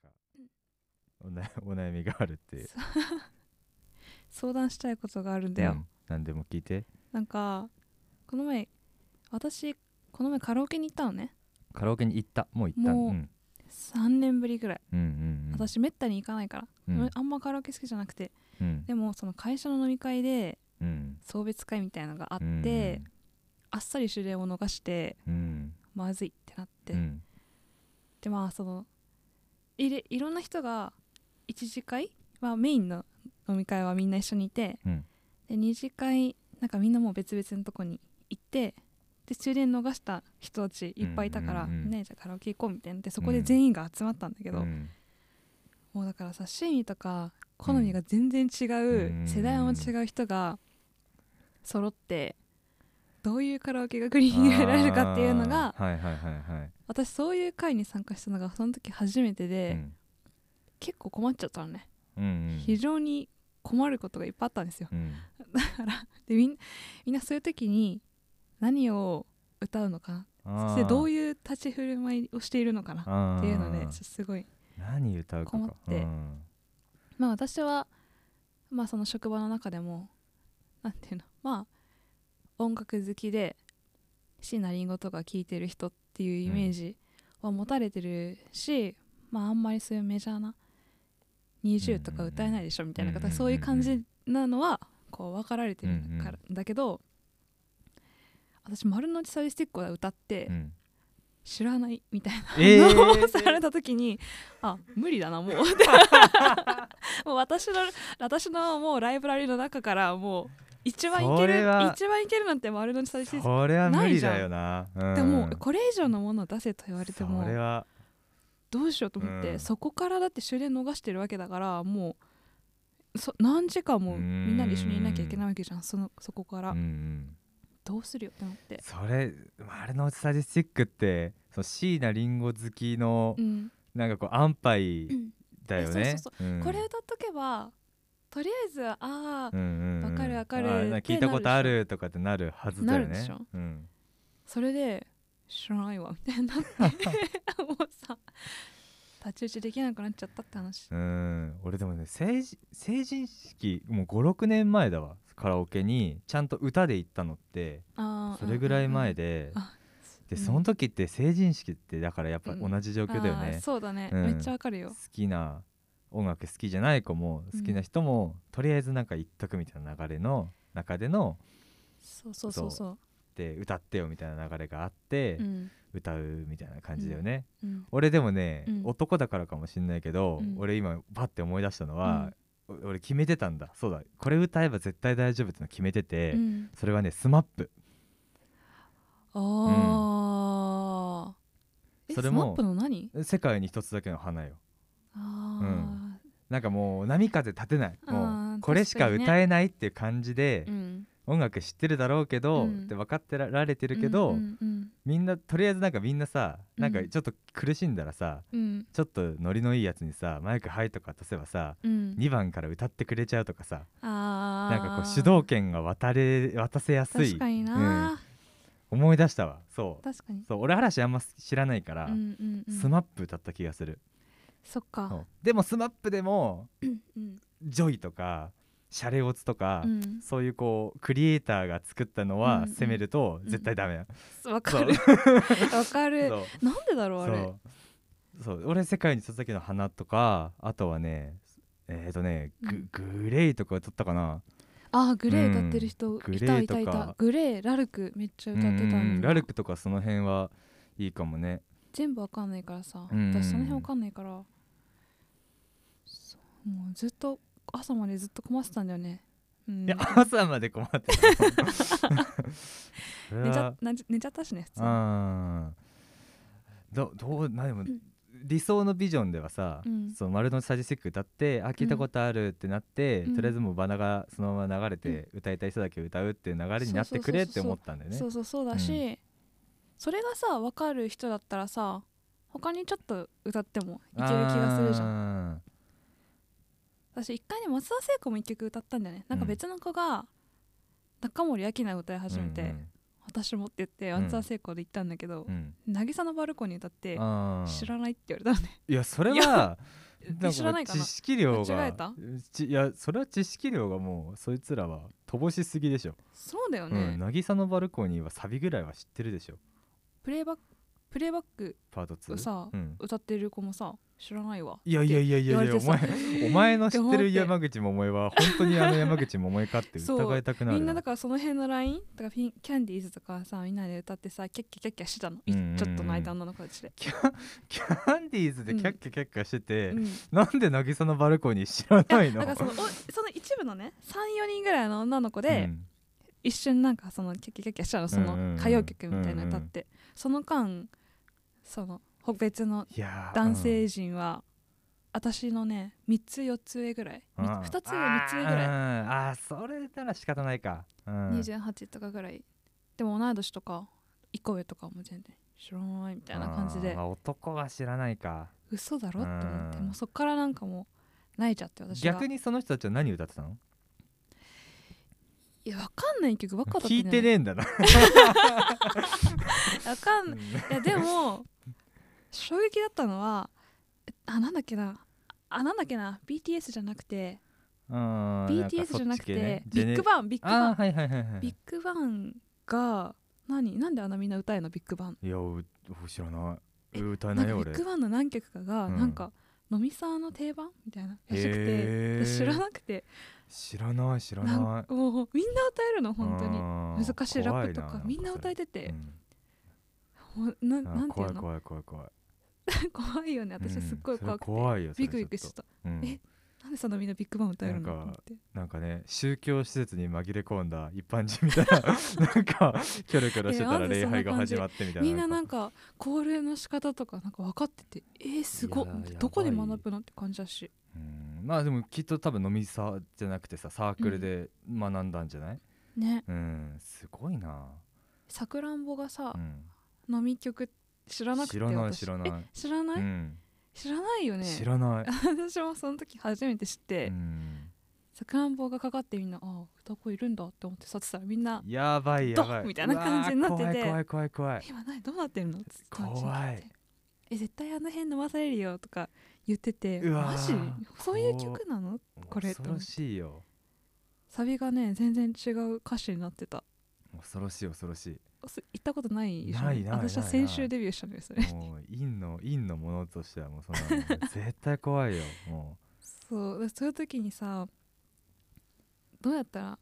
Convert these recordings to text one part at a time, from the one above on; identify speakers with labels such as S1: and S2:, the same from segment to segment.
S1: か、おな お悩みがあるっていう
S2: 相談したいことがあるんだよ、
S1: うん何でも聞いて
S2: なんかこの前私この前カラオケに行ったのね
S1: カラオケに行ったもう行った
S2: もう
S1: うん
S2: 3年ぶりぐらい、
S1: うんうんうん
S2: 私めったに行かないから、
S1: うん
S2: あんまカラオケ好きじゃなくて
S1: うん
S2: でもその会社の飲み会で
S1: うん
S2: 送別会みたいのがあって、
S1: うん
S2: あっさり終電を逃して
S1: うん
S2: まずいってなって、
S1: うん
S2: でまあそのいれいろんな人が1次会はメインの飲み会はみんな一緒にいて、
S1: うん
S2: で2次会なんかみんなもう別々のとこに行ってで終電逃した人たちいっぱいいたから、
S1: うんうんうん
S2: ねじゃあカラオケ行こうみたいになってそこで全員が集まったんだけど、
S1: うん
S2: もうだからさ趣味とか好みが全然違う、
S1: うん
S2: 世代も違う人が揃ってどういうカラオケが繰り広げられるかっていうのが
S1: あーはいはいはいはい
S2: 私そういう会に参加したのがその時初めてで、
S1: うん
S2: 結構困っちゃったのね、
S1: うんうん
S2: 非常に困ることがいっぱいあったんですよ
S1: うん
S2: でみんみんなそういう時に何を歌うのかなそ
S1: あ
S2: し
S1: ー
S2: てどういう立ち振る舞いをしているのかな
S1: あー
S2: っていうのでちょっとすごい
S1: 何歌うかか
S2: 困って
S1: うん
S2: まあ私はまあその職場の中でもなんていうのまあ音楽好きで椎名林檎とか聴いてる人っていうイメージは持たれてるし、まああんまりそういうメジャーな20とか歌えないでしょみたいな
S1: うんうん
S2: 方
S1: うん
S2: そういう感じなのはこう分かられてる
S1: うんうん
S2: からだけど私「丸の内サビスティック」を歌って
S1: うん
S2: 知らないみたいな
S1: えー
S2: 反 応をされた時に、あ無理だなもう もう私の私のもうライブラリの中からもう一番い
S1: そ
S2: ける
S1: れは
S2: 一番いけるなんて丸の内サイズです
S1: それは無理だよなうん
S2: でもこれ以上のものを出せと言われても
S1: それは
S2: どうしようと思って、
S1: うん
S2: そこからだって終電逃してるわけだからもうそ何時間も
S1: う
S2: み
S1: ーん
S2: んなで一緒にいなきゃいけないわけじゃんそのそこから、
S1: うんうん
S2: どうするよって思って、
S1: それ丸の内サディスティックってその椎名林檎好きの
S2: うん
S1: なんかこう安牌
S2: うん
S1: だよね
S2: えそう
S1: うん
S2: これ歌っとけばとりあえずああ
S1: うんうんうん
S2: わかるわかる
S1: あーな
S2: って
S1: 聞いたこと
S2: な
S1: あ
S2: るでし
S1: るとかってなるはずだよね
S2: なるでしょ
S1: うん
S2: それで知らないわみたいになって もうさ太刀打ちできなくなっちゃったって話
S1: うん俺でもね成人成人式もう56年前だわカラオケにちゃんと歌で行ったのって
S2: あー
S1: それぐらい前
S2: うん
S1: で、
S2: あ
S1: で
S2: うん
S1: その時って成人式ってだからやっぱ
S2: うん
S1: 同じ状
S2: うん
S1: 況だよ
S2: あー
S1: ね、
S2: そうだね、
S1: うん
S2: めっちゃわかるよ
S1: 好きな音楽好きじゃない子も好きな人も、とりあえずなんか一択みたいな流れの中での
S2: そうそうそうそう
S1: で歌ってよみたいな流れがあって、
S2: うん
S1: 歌うみたいな感じだよね、
S2: うん
S1: 俺でもね、
S2: うん
S1: 男だからかもしんないけど、
S2: うん
S1: 俺今パッて思い出したのは、お俺決めてたんだそうだこれ歌えば絶対大丈夫っての決めてて、
S2: うん
S1: それはねスマップ
S2: ああ、え
S1: それ
S2: ス
S1: も
S2: マップの何
S1: 世界に一つだけの花よ
S2: あ
S1: なんかもう波風立てないも
S2: あー
S1: うこれしか
S2: 確かにね
S1: 歌えないっていう感じで
S2: ー、うん
S1: 音楽知ってるだろうけど、
S2: うん
S1: って分かってられてるけど、
S2: うんうん
S1: みんなとりあえずなんかみんなさ
S2: うん
S1: なんかちょっと苦しんだらさ、
S2: うん
S1: ちょっとノリのいいやつにさマイク「はい」とか出せばさ
S2: うん
S1: 2番から歌ってくれちゃうとかさ
S2: あ
S1: なん
S2: ー
S1: かこう主導権が渡れ渡せやすい
S2: 確かにな、
S1: 思い出したわそう
S2: 確かに
S1: そう俺嵐あんま知らないから、
S2: うんうんうん
S1: スマップ歌った気がする
S2: そっか
S1: そうでもスマップでも
S2: うん
S1: ジョイとかシャレオツとか、
S2: うん
S1: そういうこうクリエイターが作ったの
S2: うんう
S1: は
S2: ん
S1: 攻めると絶対ダメだ、
S2: わかるわかる
S1: そう
S2: なんでだろうあ
S1: そ
S2: れ
S1: うそう俺「世界に一つだけの花」とかあとはねえっ、とねググレイとか歌ったかな
S2: あーグレー
S1: うん
S2: 歌ってる人
S1: グレ
S2: い
S1: ー
S2: たいたい
S1: と
S2: た
S1: か
S2: グレーラルクめっちゃ歌って
S1: うん
S2: た
S1: うん
S2: み
S1: うんん
S2: な
S1: ラルクとかその辺はいいかもね
S2: 全部わかんないからさ
S1: うんうんうん
S2: 私その辺わかんないからそうもうずっと朝までずっと困ってたんだよねうん
S1: いや
S2: 寝
S1: 朝まで困ってたそれ
S2: ちゃ
S1: は
S2: な寝ちゃったしね普通に
S1: あーどどうなでも理想のビジョンではさ、
S2: うん
S1: その丸の内サジスティック歌ってあ聞いたことあるってなって、
S2: うん
S1: とりあえずもうバナがそのまま流れて、歌いたい人だけ歌うっていう流れになってくれって思ったんだよね
S2: そうそうそうだし、それがさわかる人だったらさ他にちょっと歌ってもいける気がするじゃん
S1: ん
S2: 私一回ね松田聖子も一曲歌ったんだよねなんか別の子が中森明菜を歌い始めて、
S1: うんうん
S2: 私もって言って
S1: ん
S2: アンサー成功で行ったんだけど、
S1: うん
S2: 渚のバルコニーだって
S1: あー
S2: 知らないって言われたのね
S1: いやそれ
S2: いや
S1: はん
S2: 知らないかな
S1: 知識量が
S2: 間違えた
S1: ちいやそれは知識量がもうそいつらは乏しすぎでしょ、
S2: そうだよ
S1: う
S2: ね、
S1: ん、渚のバルコニーはサビぐらいは知ってるでしょ
S2: プレイバックプレイバック
S1: パート2
S2: さ
S1: うん、
S2: 歌ってる子もさ知らないわ
S1: いやいやいやいやいやお
S2: 言われ
S1: 前
S2: て
S1: お前の知っ
S2: ってて
S1: る山口百恵は本当にあの山口百恵かって
S2: そう
S1: 疑いたくなる
S2: みんなだ
S1: な
S2: からその辺のラインとかフィンキャンディーズとかさみんなで歌ってさキャッキャキャッキャしてたの、い
S1: うんうんうん
S2: ちょっと泣いた女の子たちで、
S1: キャキャンディーズでキャッキャキャッキャしてて、
S2: うん、い
S1: なんで渚のバルコニー知ら
S2: や
S1: ないの
S2: だからそのおその一部のね34人ぐらいの女の子
S1: う
S2: で、
S1: ん
S2: 一瞬なんかそのキャッキャキャッキャしたのそ
S1: うんうんうん
S2: の歌謡曲みたいなの歌って、その間そのほ別の
S1: いやー
S2: 男性陣は、私のね3つ4つ上ぐらい
S1: うん
S2: み2つ上3つ上ぐらい
S1: あーあーそれなら仕方ないか、うん、
S2: 28とかぐらいでも同い年とか1個上とかも全然知らないみたいな感じで
S1: あー男は知らないか
S2: 嘘だろって思って
S1: うん
S2: もうそっからなんかもう泣いちゃって私が
S1: 逆にその人たちは何歌ってたの
S2: いやわかんない曲ばっかだったんじ
S1: 聞
S2: ゃ
S1: い
S2: な
S1: てねえんだな
S2: わかんないいやでも衝撃だったのはえあなんだっけなあなんだっけな BTS じゃなくて BTS じゃなくて、ビッグ
S1: バン
S2: バンビッグバ
S1: ああ
S2: ン
S1: ーはいはいはいはい
S2: ビッグバンが何なんであんなみんな歌えのビッグバン
S1: いやうう知らない
S2: え
S1: う歌え
S2: な
S1: なんい
S2: か
S1: よ
S2: ビ
S1: 俺
S2: ッグバンの何曲かが
S1: うん
S2: なんか飲みさの定番みたいならしくて
S1: へー
S2: 私知らなくて
S1: 知らない知ら
S2: な
S1: なん
S2: かもうみんな歌えるの
S1: い
S2: 本当に
S1: に
S2: 難しいラップとかみんな歌え
S1: て
S2: ててもうななんてい
S1: 怖
S2: う
S1: い
S2: の
S1: 怖い怖い怖い
S2: 怖いよね私はすっごい怖く
S1: うんそれ
S2: て
S1: 怖いよそ
S2: ビ
S1: れ
S2: クビクして
S1: ち
S2: た
S1: ょっとうん
S2: えなんでそんなみんなビッグバン歌えるのと
S1: なんか
S2: 思って
S1: なんかね宗教施設に紛れ込んだ一般人みたい ななんかキョロキョロしてたら
S2: えなんで
S1: 礼
S2: そんな
S1: 拝が
S2: 感じ
S1: 始まってみたいな
S2: みんななん
S1: か
S2: か高齢の仕方とかなんか分かっててえー、すごっ
S1: いやー
S2: どこで
S1: やばい
S2: 学ぶのって感じだし
S1: うんまあでもきっと多分飲みさじゃなくてさサークルで学んだんじゃない
S2: ね
S1: うんすごいな
S2: さくらんぼがさ
S1: う、ん
S2: 飲み曲知らなくて
S1: 知らない
S2: 私
S1: 知らない
S2: え知らない、
S1: うん
S2: 知らないよね
S1: 知らない
S2: 私もその時初めて知って、
S1: うん
S2: さくらんぼがかかってみんなああ歌子いるんだって思ってさってたらみんな
S1: やばいやば
S2: ド
S1: い
S2: ンみたいな感じになってて
S1: うわー怖い怖い怖い怖い
S2: 「今何どうなってるの?」って友達に
S1: 怖
S2: 聞い
S1: い
S2: てえ絶対あの辺飲まされるよ」とか言ってて「
S1: うわ
S2: マジ
S1: ー
S2: そういう曲なの?」これ
S1: 恐ろしいよ
S2: サビがね全然違う歌詞になってた
S1: 恐ろしい恐ろしい
S2: そ行ったことないでしょ
S1: ないない
S2: 私は
S1: ない
S2: 先週デビューしたんですね
S1: もう陰の陰のものとしてはもうそんなの絶対怖いよも
S2: そうでそういう時にさどうやったら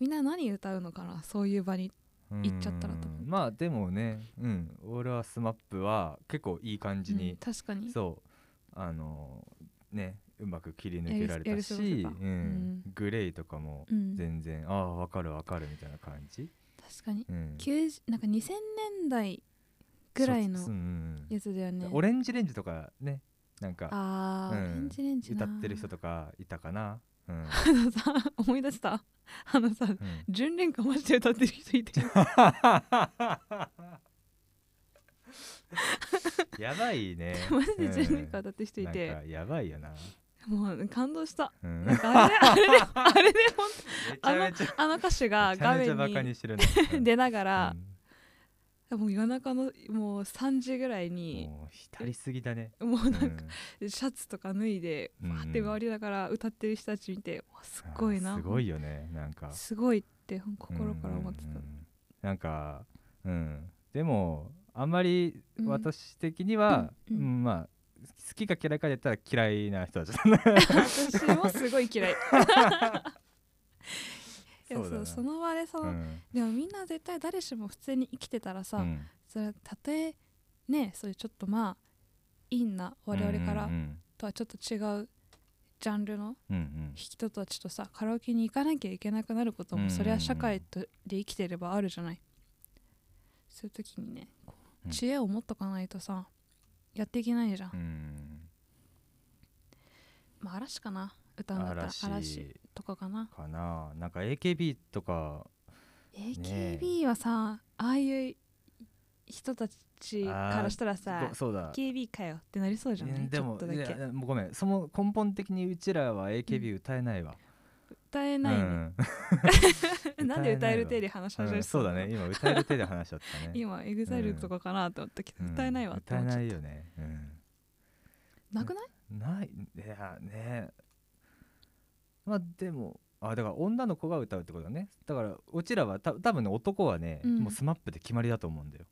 S2: みんな何歌うのかなそういう場に
S1: う
S2: 行っちゃったらと思って
S1: うんまあでもねうん俺はスマップは結構いい感じ
S2: うん
S1: に、
S2: 確かに
S1: そうあのねうまく切り抜けられ
S2: や
S1: た
S2: り
S1: し
S2: やり過ごせた
S1: うんグレイとかも
S2: うん
S1: 全然、ああわかるわかるみたいな感じ、
S2: 確かに
S1: うん、
S2: 90なんか2000年代ぐらいの
S1: そううん
S2: やつだよね
S1: オレンジレンジとかねなんか
S2: あー、
S1: うん
S2: オレンジレンジな
S1: 歌ってる人とかいたかなうん、 うん
S2: あのさ思い出した あのさ純恋歌マジで歌ってる人 いて
S1: やばいね
S2: マジで純恋歌歌ってる人い
S1: うん
S2: て
S1: なんかやばいよな、
S2: もう感動した
S1: うん、め
S2: なん
S1: ち
S2: かあれあれであれでほん
S1: ゃめちゃ
S2: あの歌手が
S1: めちゃ
S2: 画
S1: めちゃ
S2: 面
S1: バカに
S2: に
S1: してるなうん
S2: 出ながら
S1: う、ん
S2: もう夜中のもう3時ぐらいに、
S1: もう浸りすぎだね
S2: もう
S1: う
S2: なんかシャツとか脱いで
S1: うん
S2: わーって回りながら歌ってる人たち見て、わす
S1: ん
S2: ごいな
S1: あーすごいよねなんか
S2: すごいって心から思ってた、
S1: うんうんうんなんかうんでもあんまり私的には、
S2: うんうん
S1: うんまあ好きか嫌いかで言ったら嫌いな人たちだね
S2: 私もすご い嫌いいや
S1: そうだ
S2: そ
S1: な
S2: うその場でその、
S1: うん
S2: でもみんな絶対誰しも普通に生きてたらさ、
S1: うん
S2: それたとえねそういうちょっとまあ陰な我々か
S1: う
S2: ら
S1: ん
S2: とはちょっと違うジャンルの
S1: うんうん
S2: 人たちとさカラオケに行かなきゃいけなくなること
S1: うんうん
S2: も
S1: うん
S2: そりゃ社会とで生きてればあるじゃないそういう時にねこ
S1: う
S2: う
S1: ん
S2: 知恵を持っとかないとさやっていけないじゃん、
S1: うんうん
S2: まあ嵐かな歌うんだったら
S1: 嵐
S2: 嵐とかかな
S1: かななんか AKB とか
S2: AKB はさああいう人たちからしたらさ
S1: ごそうだ
S2: AKB かよってなりそうじゃない
S1: でも
S2: ちょっとだ
S1: い
S2: け
S1: やもうごめんその根本的にうちらは AKB 歌えないわ、
S2: 歌えないね、
S1: うんうん
S2: なんで歌える手で話し始
S1: う
S2: め
S1: んそうだ
S2: の
S1: ね今歌える手で話しちゃったね
S2: 今エグザイルとかかなと思ったけど、
S1: うん
S2: 歌えないわって
S1: 歌え
S2: 思っちゃっ
S1: ない
S2: た
S1: よね、う
S2: なくない
S1: ん、ないいやねまあでもあだから女の子が歌うってことだねだからうちらはた多分ね男はね、
S2: うん
S1: もうスマップで決まりだと思うんだよ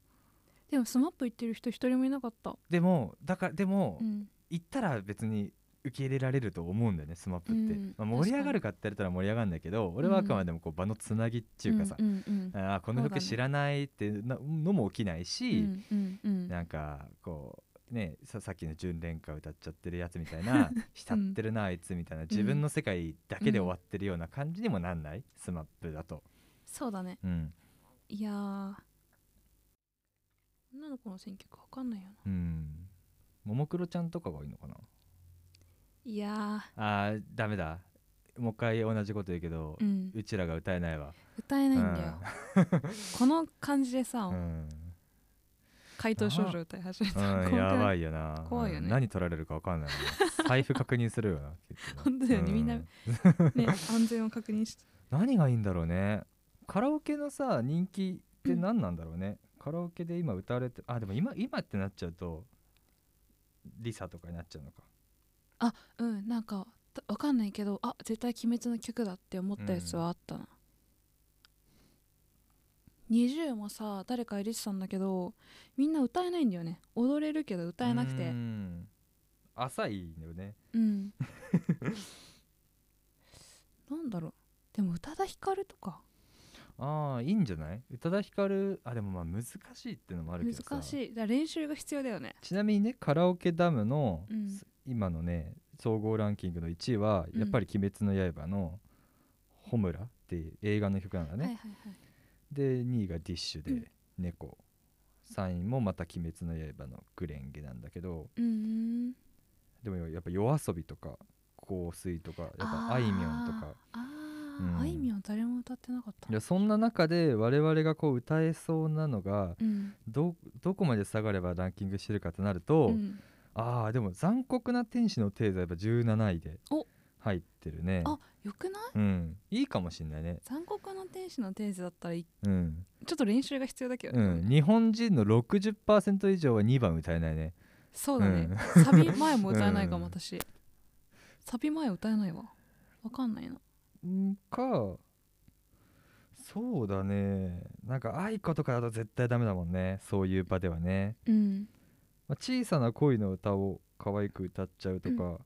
S2: でもスマップ行ってる人一人もいなかった、
S1: でもだからでも、
S2: うん、
S1: 行ったら別に受け入れられると思うんだよねスマップって、
S2: うん
S1: まあ、盛り上がるかって言われたら盛り上がるんだけど俺はあくまでもこう場のつなぎっていうかさ、
S2: うんうんうん
S1: あーこの
S2: そうだ
S1: 曲
S2: ね
S1: 知らないってなのも起きないし、
S2: うんうん
S1: なんかこうねささっきの純恋歌歌っちゃってるやつみたい な浸ってるなあいつみたいな自分の世界だけで終わってるような感じにもなんない、スマップだと、
S2: そうだね
S1: うん
S2: いやー女の子の選曲わかんないよな
S1: うん、ももクロちゃんとかがいいのかない
S2: や
S1: あーダメだもう一回同じこと言うけど
S2: ー、う、ん
S1: う、ちらが歌えないわ
S2: 歌えないんだよ、この感じでさ、
S1: うん、
S2: 怪盗少女歌い始めた、
S1: うん、
S2: 怖くな
S1: やば
S2: い
S1: いよな
S2: 怖いよね
S1: うん何取られるか分かんないもんな財布確認するよな結構
S2: 本当だよね
S1: う
S2: みんなね安全を確認して
S1: 何がいいんだろうねカラオケのさ人気って何なんだろうね、カラオケで今歌われてあでも今今ってなっちゃうとリサとかになっちゃうのか
S2: うんなんかたわかんないけどあ絶対鬼滅の曲だって思ったやつはあったな、20もさ誰か入れてたんだけどみんな歌えないんだよね踊れるけど歌えなく
S1: う
S2: て
S1: ん浅いよね
S2: うんなんだろうでも宇多田ヒカルとか
S1: ああいいんじゃない宇多田ヒカルあでもまあ難しいってのもあるけどさ
S2: 難しいだから練習が必要だよね
S1: ちなみにねカラオケダムの、
S2: うん
S1: 今のね総合ランキングの1位は
S2: うん
S1: やっぱり「鬼滅の刃」の「ホムラ」っていう映画の曲なんだね、
S2: はいはいはい
S1: で2位がディッシュ
S2: う
S1: で
S2: ん
S1: 「猫」3位もまた「鬼滅の刃」の「グレンゲ」なんだけど
S2: うーん
S1: でもやっぱ夜遊びとか香水とかやっぱあいみょんとか
S2: あー
S1: うん
S2: あーあいみょん誰も歌ってなかった
S1: いやそんな中で我々がこう歌えそうなのが
S2: うん
S1: どどこまで下がればランキングしてるかとなると、
S2: うん
S1: ああでも「残酷な天使のテーザ」やっぱ17位で
S2: お
S1: 入ってるね
S2: あよくない
S1: うんいいかもしんないね
S2: 残酷な天使の天使だったらい
S1: うん
S2: ちょっと練習が必要だけど
S1: う
S2: ね、
S1: ん、日本人の60%以上は2番歌えないね
S2: そうだね、サビ前も歌えないかも私サビ前歌えないわわかんないな
S1: うんかそうだねなんか愛子とかだと絶対ダメだもんねそういう場ではね、
S2: うん
S1: まあ小さな恋の歌を可愛く歌っちゃうとか、
S2: う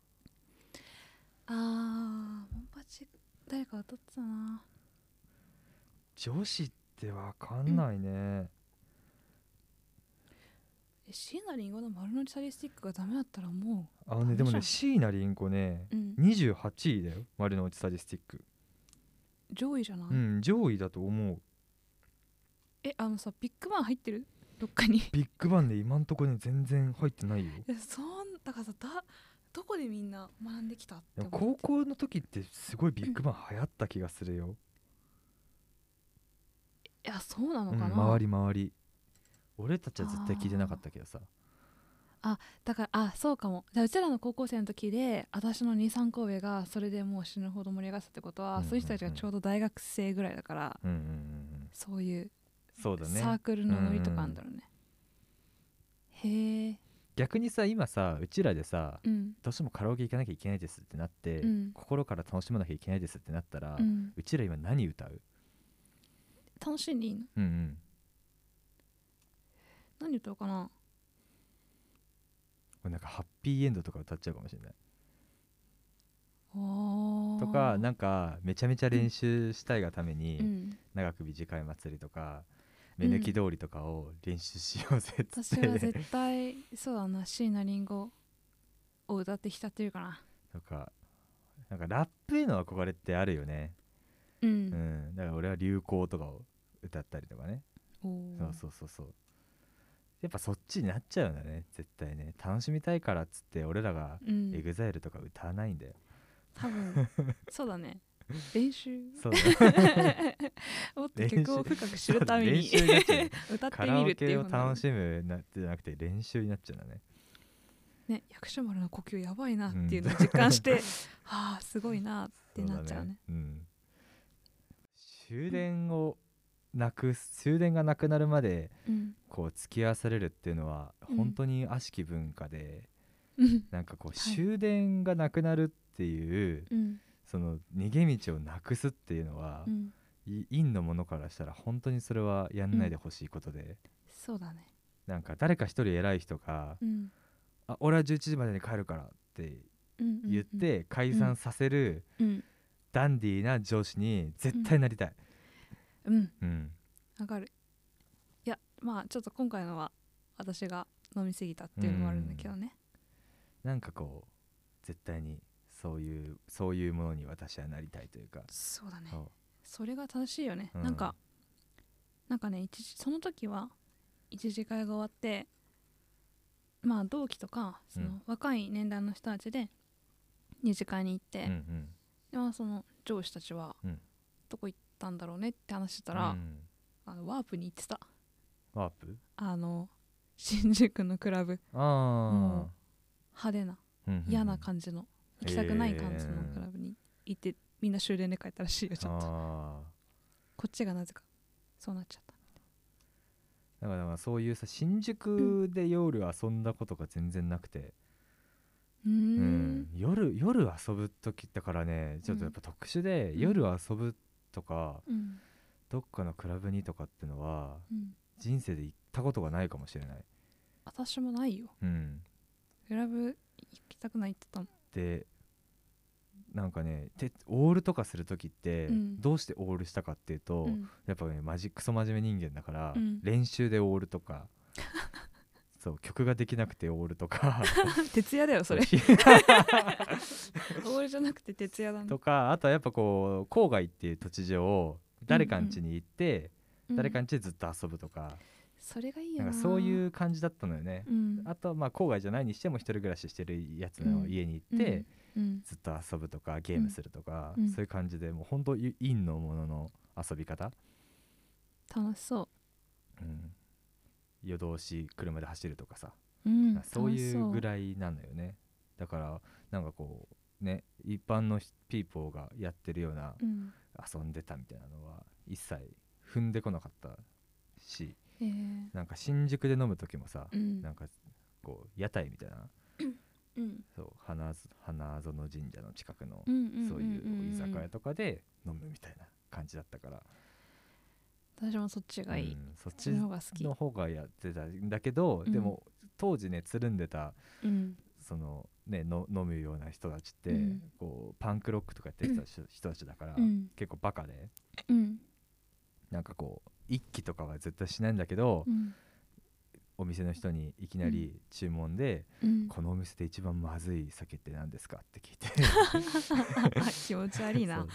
S2: あーモンパチ誰か歌ってたな
S1: 女子ってわかんないね、
S2: え椎名林檎の丸のリサリスティックがダメだったらも
S1: あのねでもね
S2: ダメじ
S1: 椎名林檎ね
S2: う、うん、
S1: 28位だよ丸の内サディスティック
S2: 上位じゃない、
S1: うん上位だと思う
S2: えあのさビッグバン入ってるどっかに い
S1: ビッグバンで今んとこね全然入ってないよ
S2: やそんだからさだどこでみんな学んできたっ
S1: で
S2: て
S1: も
S2: 思
S1: 高
S2: う
S1: 校の時ってすごいビッグバン流行った気がするよ、
S2: いやそうなの
S1: う
S2: か
S1: ん、
S2: な、
S1: 周り周り俺たちは絶対聞いてなかったけどさ
S2: だからあそうかもだからうちらの高校生の時で私の23校上がそれでもう死ぬほど盛り上がってたってことは、
S1: うんうんうん
S2: そういう人たちがちょうど大学生ぐらいだから
S1: うんうんうんうん
S2: そういう
S1: そうだ
S2: サー
S1: ね
S2: クルのノリとかあるんだろうね、へえ
S1: 逆にさ今さうちらでさ
S2: うん
S1: どうしてもカラオケ行かなきゃいけないですってなって、
S2: うん
S1: 心から楽しまなきゃいけないですってなったら、う
S2: う
S1: んちら今何歌う
S2: 楽しんでいいの
S1: うんうん
S2: 何歌おうかな
S1: これなんかハッピーエンドとか歌っちゃうかもしれない
S2: おー
S1: とかなんかめちゃめちゃ練習したいがために、
S2: うん
S1: 長く短い祭りとか目抜き通りとかを練習しようぜっつって、
S2: 私は絶対そうだな椎名林檎を歌って浸ってるかな
S1: なんかなんかラップへの憧れってあるよね、
S2: う、
S1: うんん、だから俺は流行とかを歌ったりとかね、
S2: おー
S1: そうそうそうそうやっぱそっちになっちゃうんだね絶対ね楽しみたいからっつって俺らが
S2: う
S1: EXILE
S2: ん、
S1: とか歌わないんだ よ、
S2: 多分そうだね練習
S1: そうだね
S2: もっと曲を深く知るために
S1: そうだ練習になっちゃ
S2: 歌っ
S1: カ
S2: て
S1: ラ
S2: み
S1: オ
S2: るってい
S1: ケ
S2: う
S1: を
S2: もの
S1: 楽しむなじゃなくて練習になっちゃうんだね
S2: ね、薬師丸の呼吸やばいなっていうのを実感して、 ああすごいなってなっちゃうね
S1: そうだうん、終電をなくす終電がなくなるまで
S2: うん
S1: こう付き合わされるっていうのは
S2: うん
S1: 本当に悪しき文化で、
S2: うん
S1: なんかこう
S2: はい
S1: 終電がなくなるっていう、
S2: うん
S1: その逃げ道をなくすっていうのは、
S2: うん
S1: い陰のものからしたら本当にそれはやんないでほしいことで、
S2: そうだね
S1: なんか誰か一人偉い人が「
S2: うん
S1: あ俺は11時までに帰るから」って
S2: うんうんうん
S1: 言って解散させる
S2: うん
S1: ダンディーな上司に絶対なりたい。
S2: うん
S1: うん
S2: わかるいやまあちょっと今回のは私が飲みすぎたっていうのもあるんだけどね
S1: なんかこう絶対にそういうそういうものに私はなりたいというか、
S2: そうだね
S1: そ
S2: それが正しいよね、
S1: うん
S2: なんかなんかね一時その時は一次会が終わってまあ同期とかその、
S1: うん
S2: 若い年代の人たちで二次会に行って、
S1: ううんうん
S2: でまあその上司たちは、
S1: うん
S2: どこ行ったんだろうねって話してた
S1: う
S2: ら、
S1: ん
S2: あのワープに行ってた
S1: ワープ
S2: あの新宿のクラブ
S1: あ
S2: も派手な
S1: あ、うんうんうん
S2: 嫌な感じの、行きたくない感じのクラブに行って、みんな終電で帰ったらしいよちょっと
S1: あ
S2: こっちがなぜかそうなっちゃった
S1: ーだからまあそういうさ新宿で夜遊んだことが全然なくて、う
S2: うー
S1: ん
S2: ん
S1: 夜夜遊ぶ時だからねちょっとやっぱ特殊で、夜遊ぶとか
S2: うん
S1: どっかのクラブにとかってのは
S2: うん
S1: 人生で行ったことがないかもしれない。
S2: 私もないよ
S1: うん、
S2: クラブ行きたくないって言った
S1: でなんかねてオールとかする時って、
S2: うん
S1: どうしてオールしたかっていうと、
S2: もん、
S1: やっぱねマジクソ真面目人間だから、
S2: うん
S1: 練習でオールと かそう曲ができなくてオールとか
S2: うん、徹夜だ よそれ
S1: そう
S2: オールじゃなくて徹夜だね
S1: とかあとはやっぱこう郊外っていう土地上誰かん家に行って、誰か
S2: う
S1: ん
S2: ん
S1: 家でずっと遊ぶとか、
S2: それがいいよ
S1: な
S2: なん、
S1: かそういうう感じだったのよね
S2: う。ん、
S1: あとはまあ郊外じゃないにしても一人暮らししてるやつの家に行って、
S2: うん
S1: ずっと遊ぶとかゲームするとか、
S2: うん
S1: そういう感じでもう本当に陰のものの遊び方、
S2: 楽しそ
S1: うん、夜通し車で走るとかさ、
S2: う、うん
S1: なんかそういうぐ
S2: い
S1: らいなのよねだからなんかこうね一般のひピーポーがやってるような
S2: うん
S1: 遊んでたみたいなのは一切踏んでこなかったし
S2: えー
S1: なんか新宿で飲む時もさ、
S2: うん
S1: なんかこう屋台みたいな
S2: うん
S1: そう花ず花園神社の近くの
S2: うんうんんんん
S1: そういう居酒屋とかで飲むみたいな感じだったから、
S2: 私もそっちがいい、
S1: うんそっち
S2: そっちの方が好き
S1: の方がやってたんだけど、
S2: うん
S1: でも当時ねつるんでた
S2: うん
S1: そのねの飲むような人たちって、
S2: うん
S1: こうパンクロックとかやってた人人たちだから、
S2: うん
S1: 結構バカで
S2: うん
S1: なんかこう一気とかは絶対しないんだけど、
S2: うん
S1: お店の人にいきなり注文で、
S2: うん
S1: このお店で一番まずい酒って何ですか?」って聞いて
S2: 気持ち悪い
S1: そ
S2: な
S1: う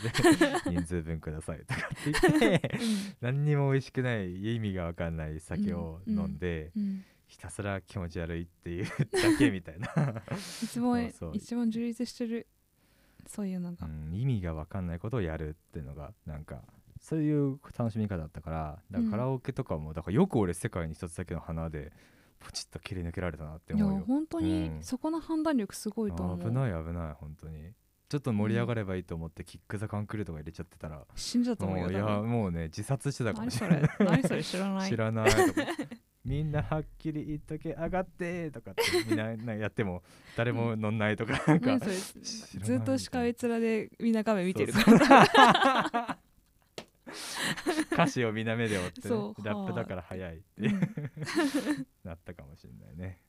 S1: で人数分ください」とかって言って
S2: う
S1: 何にも美味しくない意味が分かんない酒を
S2: うん
S1: 飲んで。
S2: ん、うん、
S1: ひたすら気持ち悪いっていうだけみたい な、
S2: 一番
S1: そうそう
S2: 一番充実してるそういうの
S1: う
S2: が、
S1: ん、意味が分かんないことをやるっていうのがなんかそういう楽しみ方だったからだからカラオケとかも、だからよく俺世界に一つだけの花でポチッと切り抜けられたなって
S2: いや
S1: 思うよ
S2: 本当に
S1: うん
S2: そこの判断力すごいと思う、
S1: 危ない危ない本当にちょっと盛り上がればいいと思って、キック・ザ・カンクルーとか入れちゃってたら
S2: 死んじゃったと思う
S1: もう
S2: よ
S1: いや
S2: 多分
S1: もうね自殺してたかも
S2: 何
S1: し
S2: そ
S1: れない
S2: れ何それ知らない
S1: 知らないとかみんなはっきり言っとけ上がってとかってみんななんかやっても誰も乗んないとか、なんか
S2: 何それ
S1: 知らない
S2: ずっとしかべ面でみんな画面見てるから
S1: そうそう歌詞をみんな目で追ってね、
S2: そう
S1: ラップだから早いって
S2: うん
S1: なったかもしれないね